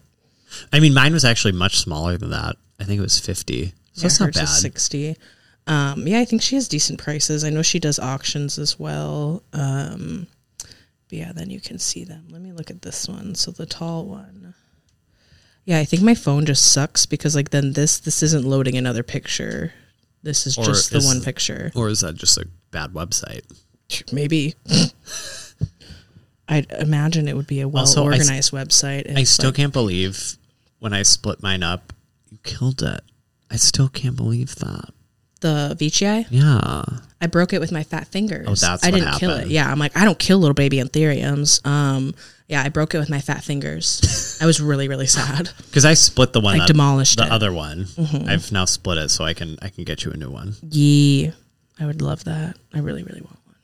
I mean, mine was actually much smaller than that. I think it was fifty. So Yeah, it's not hers bad. is 60. Um, yeah, I think she has decent prices. I know she does auctions as well. Um, but yeah, then you can see them. Let me look at this one. So the tall one. Yeah, I think my phone just sucks because like then this this isn't loading another picture. This is Or just the is- one picture. Or is that just a bad website? Maybe. I'd imagine it would be a well Also, I s- organized website. I if, still like- can't believe when I split mine up, you killed it. I still can't believe that. uh, the VCI. Yeah. I broke it with my fat fingers. Oh, that's I what didn't kill it. happened. Yeah, I'm like I don't kill little baby anthuriums. Um, yeah, I broke it with my fat fingers. I was really really sad. Because I split the one. I that- demolished the it. other one. Mhm. I've now split it, so I can I can get you a new one. Yee, I would love that. I really really want one.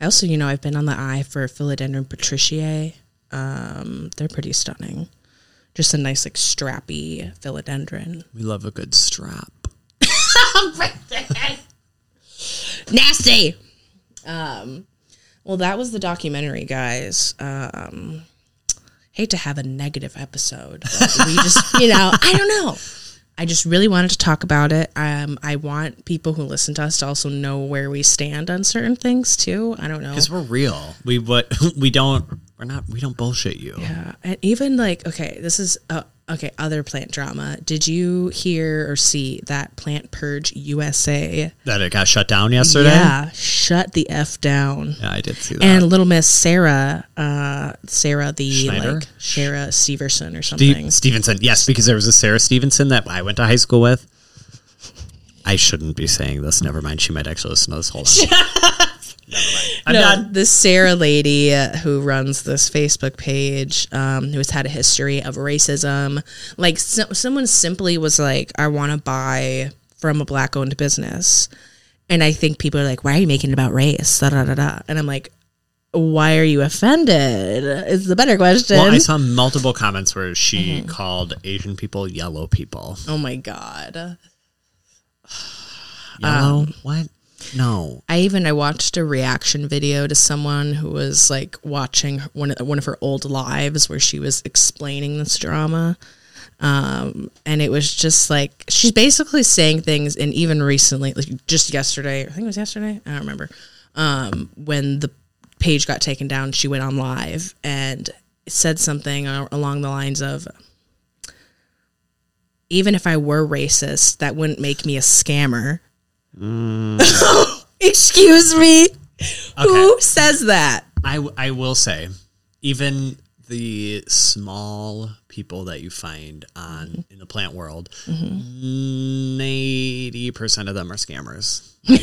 I also, you know, I've been on the eye for philodendron patriciae. Um, they're pretty stunning. Just a nice like strappy philodendron. We love a good strap. nasty. Um, well, that was the documentary, guys. Um, hate to have a negative episode. but we just, you know, I don't know. I just really wanted to talk about it. Um, I want people who listen to us to also know where we stand on certain things too. I don't know Because we're real. We what we don't we're not we don't bullshit you. Yeah, Uh, and even like okay, this is uh, okay. Other plant drama. Did you hear or see that Plant Purge USA That it got shut down yesterday. Yeah, shut the f down. Yeah, I did see that. And Little Miss Sarah, uh, Sarah the Schneider? like Sarah Steverson or Ste- something. Stevenson, yes, because there was a Sarah Stevenson that I went to high school with. I shouldn't be saying this. Never mind. She might actually listen to this. Hold on. I'm no, this Sarah lady uh, who runs this Facebook page, um, who has had a history of racism. Like, so- someone simply was like, I want to buy from a black owned business. And I think people are like, why are you making it about race? Da, da, da, da. And I'm like, why are you offended? Is the better question. Well, I saw multiple comments where she called Asian people yellow people. Mm-hmm. oh my God. Yellow? what? No. I even I watched a reaction video to someone who was like watching one of, one of her old lives where she was explaining this drama. Um, and it was just like she's basically saying things, and even recently, like just yesterday, I think it was yesterday, I don't remember. Um, when the page got taken down, she went on live and said something a- along the lines of, even if I were racist, that wouldn't make me a scammer. Excuse me. Who says that? I, w- I will say, even the small people that you find on Mm-hmm. in the plant world, 90 percent of them are scammers. Like,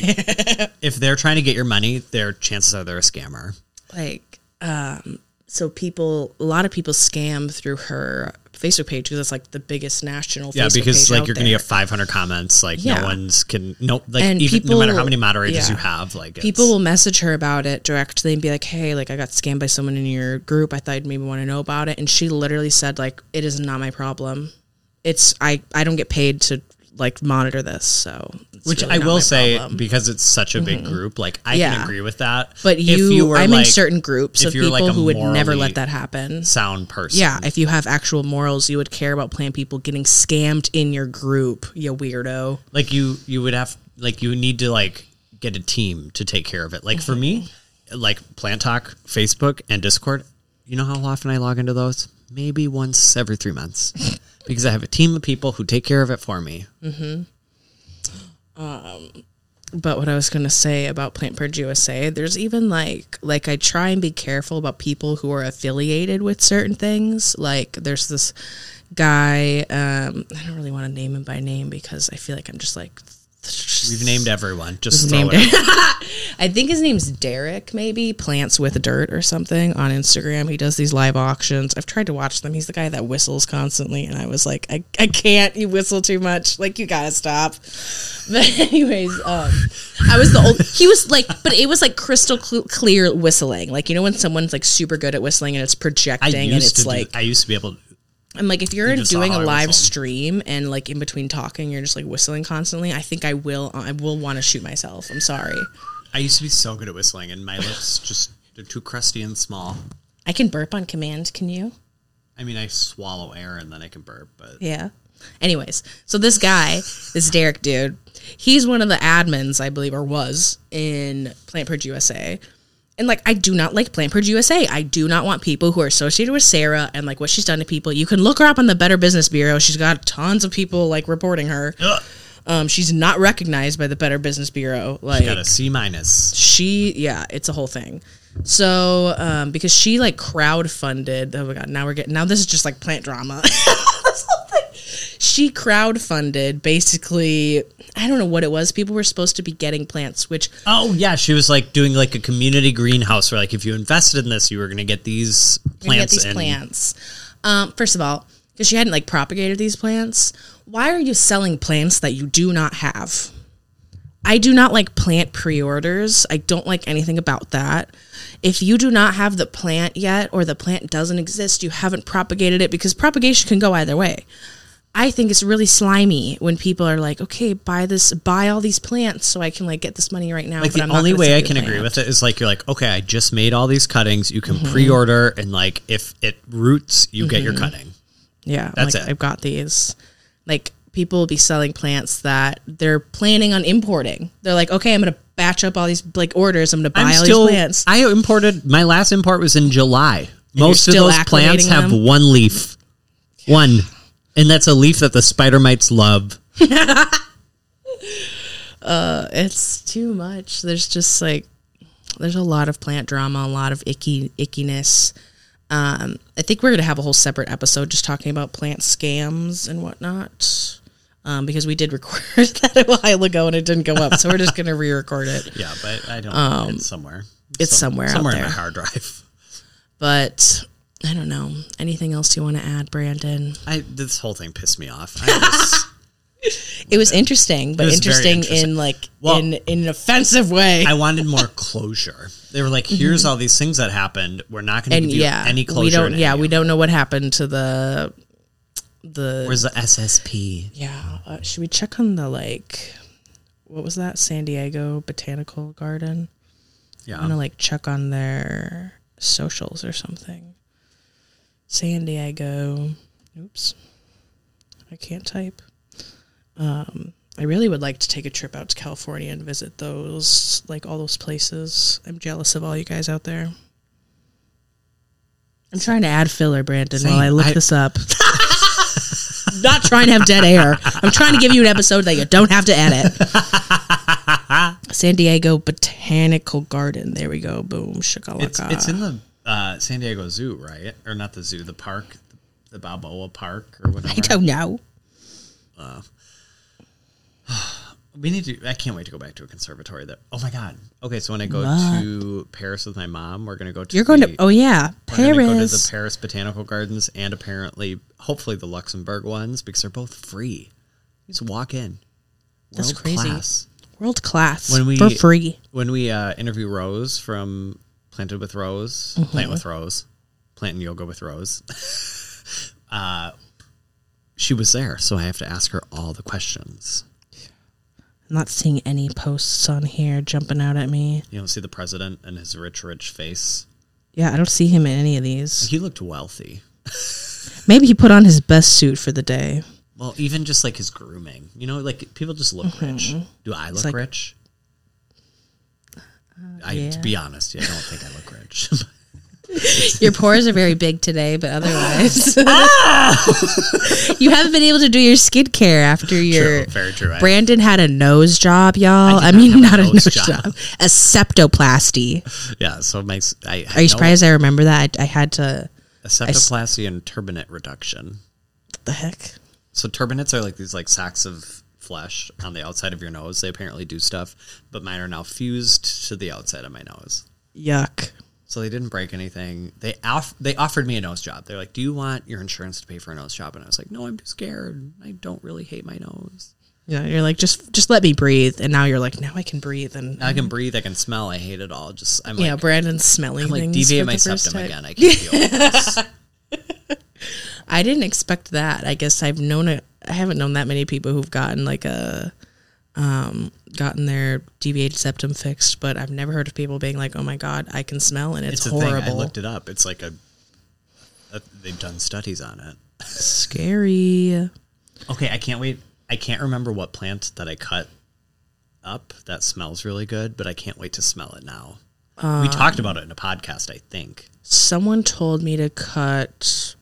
if they're trying to get your money, their chances are they're a scammer. like um so people a lot of people scam through her facebook page because it's like the biggest national Yeah, Facebook because page like out you're going to there. get 500 comments. Like Yeah. no one's can no like even no matter how many moderators yeah. you have, like people will message her about it directly and be like, "Hey, like I got scammed by someone in your group. I thought you'd maybe want to know about it." And she literally said, "Like it is not my problem. It's I I don't get paid to like monitor this." So it's Which really I not will my say, problem. because it's such a big Mhm. group, like I Yeah. can agree with that. But If you, were, I'm in like- certain groups if of you're, people like, a who would never morally let that happen. Sound person. Yeah, if you have actual morals, you would care about plant people getting scammed in your group. You weirdo. like you you would have like you need to like get a team to take care of it like for me like plant talk facebook and discord you know how often i log into those maybe once every three months because i have a team of people who take care of it for me Mm-hmm. Um, but what I was gonna say about Plant Purge USA, there's even like like I try and be careful about people who are affiliated with certain things. Like there's this guy, um, I don't really want to name him by name because I feel like I'm just like we've named everyone His just throw name- it out. I think his name's Derek, maybe Plants with Dirt or something on Instagram. He does these live auctions. I've tried to watch them. He's the guy that whistles constantly, and I was like, I, I can't. You whistle too much. Like you gotta stop. But anyways, um, I was the old. He was like, but it was like crystal cl- clear whistling. Like you know when someone's like super good at whistling and it's i projecting used and it's to like. like i used to be able to I'm like, if you're You just saw doing how a I live whistled. stream and like in between talking, you're just like whistling constantly. I think I will. I will want to shoot myself. I'm sorry. i used to be so good at whistling and my lips just they're too crusty and small I can burp on command. Can you? i mean i swallow air and then i can burp but Yeah. Anyways, so this guy, this Derek dude, he's one of the admins, I believe, or was in Plant Purge USA. And like, I do not like Plant Purge USA. I do not want people who are associated with Sarah and like what she's done to people. You can look her up on the Better Business Bureau. She's got tons of people like reporting her. Um, she's not recognized by the Better Business Bureau. Like, got a c minus she yeah it's a whole thing so um because she like crowdfunded oh my god now we're getting now this is just like plant drama This whole thing. she crowdfunded basically i don't know what it was people were supposed to be getting plants which Oh yeah, she was like doing like a community greenhouse where like if you invested in this, you were going to get these you're gonna plants. get these and plants um first of all because she hadn't like propagated these plants why are you selling plants that you do not have I do not like plant pre orders. I don't like anything about that. If you do not have the plant yet or the plant doesn't exist, you haven't propagated it because propagation can go either way. I think it's really slimy when people are like, okay, buy this, buy all these plants so I can like get this money right now. Like but the I'm not only gonna way sell I you the can plant." agree with it is like you're like, okay, I just made all these cuttings. You Mm-hmm. can pre-order and like if it roots, you get your Mhm. cutting. Yeah, That's like, it. I've got these. Like people will be selling plants that they're planning on importing. They're like, okay, I'm gonna batch up all these like orders. I'm gonna buy I'm all still. these plants. I imported my last import was in July. you're Most of still those plants acclimating have them? one leaf, one, and that's a leaf that the spider mites love. uh, it's too much. There's just like there's a lot of plant drama, a lot of icky ickiness. Um, I think we're gonna have a whole separate episode just talking about plant scams and whatnot. Um, because we did record that a while ago and it didn't go up, so we're just gonna re-record it. Yeah, but I don't. it's somewhere. It's Some- somewhere, Somewhere Um, out there. in my hard drive. But I don't know. Anything else you want to add, Brandon? I this whole thing pissed me off. I just, It was interesting, but It was very interesting, interesting. in like Well- in in an offensive way. I wanted more closure. They were like, "Here's Mhm. all these things that happened. We're not going to give you any closure." We don't. in Yeah, any we don't know what happened to the the. Where's the SSP? Yeah, uh, should we check on the like? What was that? San Diego Botanical Garden. Yeah. I'm gonna like check on their socials or something. San Diego. Oops, I can't type. Um, I really would like to take a trip out to California and visit those, like all those places. I'm jealous of all you guys out there. I'm trying to add filler, Brandon, Same. while I look I- this up. not trying to have dead air. I'm trying to give you an episode that you don't have to edit. San Diego Botanical Garden. There we go. Boom. Shakalaka. It's, it's in the uh, San Diego Zoo, right? Or not the zoo, the park, the Balboa Park or whatever. I don't know. Uh, we need to. I can't wait to go back to a conservatory. Though. Oh my god. Okay, so when I go What? to Paris with my mom, we're gonna go to. You're going to- the- oh, yeah, we're gonna go to the Paris. Paris Botanical Gardens and apparently, hopefully, the Luxembourg ones because they're both free. You just walk in. That's World crazy. class. World class. When we for free. When we uh, interview Rose from Planted with Rose, Mhm. Plant with Rose, Plant and Yoga with Rose. uh, she was there, so I have to ask her all the questions. I'm not seeing any posts on here jumping out at me. You don't see the president and his rich, rich face. Yeah, I don't see him in any of these. He looked wealthy. Maybe he put on his best suit for the day. Well, even just like his grooming, you know, like people just look rich. Mhm. Do I It's look like- Uh, rich? I, yeah. to be honest, yeah, I don't think I look rich. Your pores are very big today, but otherwise, you haven't been able to do your skincare after your. Ah! True, very true. I- Brandon had a nose job, y'all. I, mean, not a nose, job. a septoplasty. yeah, so my s- I, I Are you know surprised I remember that? I, I had to. a I s- septoplasty and turbinate reduction. the heck? So turbinates are like these like sacks of flesh on the outside of your nose. They apparently do stuff, but mine are now fused to the outside of my nose. Yuck. So they didn't break anything. They off- they offered me a nose job. They're like, "Do you want your insurance to pay for a nose job?" And I was like, "No, I'm too scared. I don't really hate my nose. Yeah, you're like just just let me breathe, and now you're like now I can breathe and Now I can breathe. I can smell. I hate it all. Just I'm Mm. yeah, like, Brandon's smelling I'm like things deviate for my the first septum time. again. I can't deal with this. I didn't expect that. I guess I've known it. I haven't known that many people who've gotten like a, um, gotten their deviated septum fixed, but I've never heard of people being like, "Oh my god, I can smell and it's, a horrible." I looked it up. It's like a, a they've done studies on it. Scary. Okay, I can't wait. I can't remember what plant that I cut up that smells really good, but I can't wait to smell it now. we Um, talked about it in a podcast, I think. Someone told me to cut.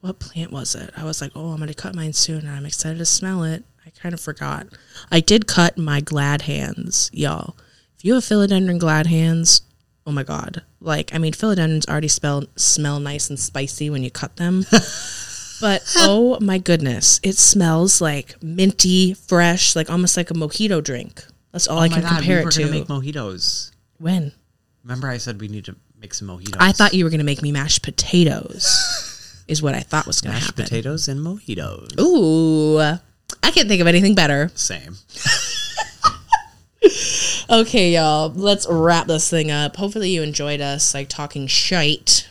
What plant was it? I was like, "Oh, I'm going to cut mine soon, and I'm excited to smell it." I kind of forgot. I did cut my glad hands, y'all. If you have philodendron glad hands, oh my god! Like, I mean, philodendrons already spell smell nice and spicy when you cut them. But oh my goodness, it smells like minty, fresh, like almost like a mojito drink. That's all Oh, I can compare Oh we it to. were gonna make mojitos. when? Remember, I said we need to make some mojitos. I thought you were going to make me mashed potatoes, is what I thought was going to mashed happen. potatoes and mojitos. Ooh, I can't think of anything better. Same. Okay, y'all, let's wrap this thing up. Hopefully, you enjoyed us like talking shite.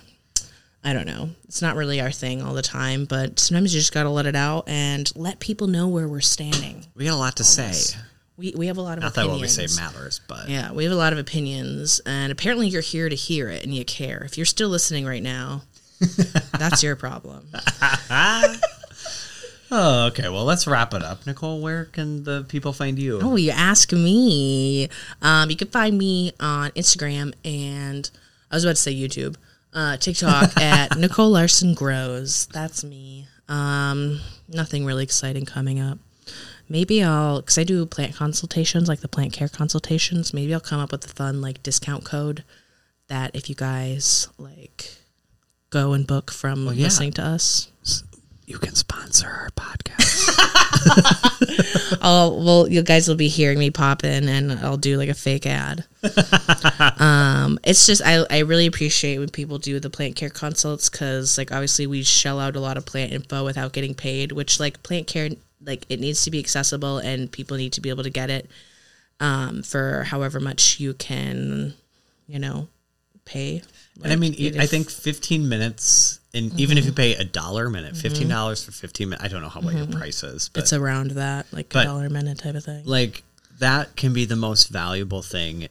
I don't know. It's not really our thing all the time, but sometimes you just got to let it out and let people know where we're standing. We got a lot to say. We, we have a lot of Not that what we opinions. say matters, but Yeah, we have a lot of opinions, and apparently you're here to hear it and you care. If you're still listening right now, that's your problem. Oh, okay. Well, let's wrap it up. Nicole, where can the people find you? Oh, you ask me. Um, you can find me on Instagram and I was about to say YouTube, uh, TikTok at Nicole Larson Grows. That's me. Um, nothing really exciting coming up. Maybe I'll, because I do plant consultations, like the plant care consultations. Maybe I'll come up with a fun like discount code that if you guys like go and book from Well, yeah. listening to us, You can sponsor our podcast. I'll well, you guys will be hearing me pop in, and I'll do like a fake ad. um, it's just I I really appreciate when people do the plant care consults because like obviously we shell out a lot of plant info without getting paid, which like plant care like it needs to be accessible and people need to be able to get it um, for however much you can, you know, pay. and I Like, mean, e- it I is- think 15 minutes, and even if you Mhm. pay a dollar a minute, $15 Mhm. dollars for 15 minutes, I don't know how what your Mhm. price is, but it's around that like but- a dollar a minute type of thing. like that can be the most valuable thing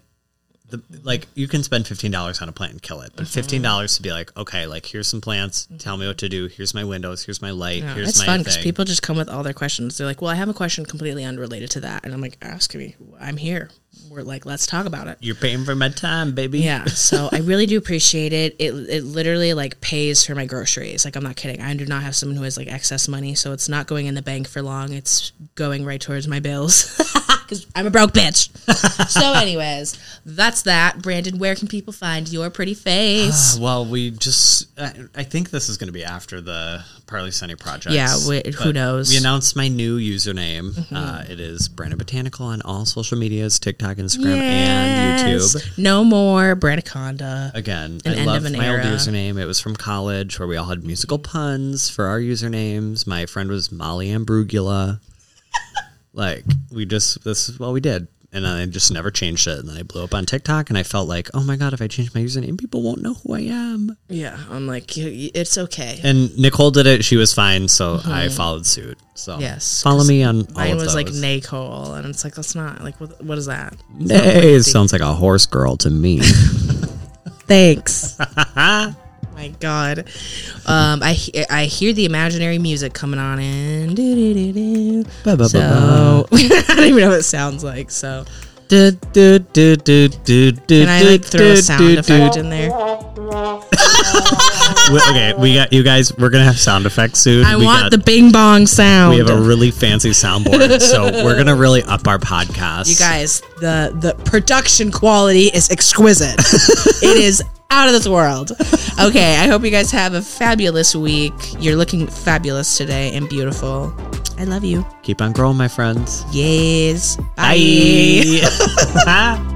the like you can spend fifteen dollars on a plant and kill it, but Mm-hmm. fifteen dollars to be like, okay, like here's some plants. Tell me what to do. Here's my windows. Here's my light. Yeah, here's it's my fun because thing. people just come with all their questions. They're like, "Well, I have a question completely unrelated to that," and I'm like, "Ask me. I'm here." We're like, "Let's talk about it." You're paying for my time, baby. Yeah, so I really do appreciate it. It it literally like pays for my groceries. Like I'm not kidding. I do not have someone who has like excess money, so it's not going in the bank for long. It's going right towards my bills because I'm a broke bitch. so, anyways, that's that. Brandon, where can people find your pretty face? Ah, well, we just, I, I think this is going to be after the Parley Sunny project. Yeah, we- who knows? We announced my new username. Mhm. Uh, it is Brandon Botanical on all social medias TikTok, Instagram, and Yes. YouTube. No more Brandaconda. Again, An I end love of an my era. old username. It was from college where we all had musical puns for our usernames. My friend was Molly Ambrugula. like, we just, this is what we did. And I just never changed it. And then I blew up on TikTok and I felt like, oh my God, if I change my username, people won't know who I am. Yeah, I'm like, you- you- it's okay. And Nicole did it. She was fine, so Mhm. I followed suit. So yes, follow 'cause me on all Mine of was those. like Nacole, and it's like that's not like what, what is that? Nay sounds like a horse girl to me. Thanks. My God, um, I he- I hear the imaginary music coming on in. Doo-doo-doo-doo. Ba, ba, ba, So ba. I don't even know what it sounds like. So do, do, do, do, do, can I like throw a sound effect in there? okay, we got you guys. We're gonna have sound effects soon. I we want got, the Bing Bong sound. We have a really fancy soundboard, so we're gonna really up our podcast. You guys, the the production quality is exquisite. it is out of this world. Okay, I hope you guys have a fabulous week. You're looking fabulous today and beautiful. I love you. keep on growing, my friends. Yes. Bye. Bye.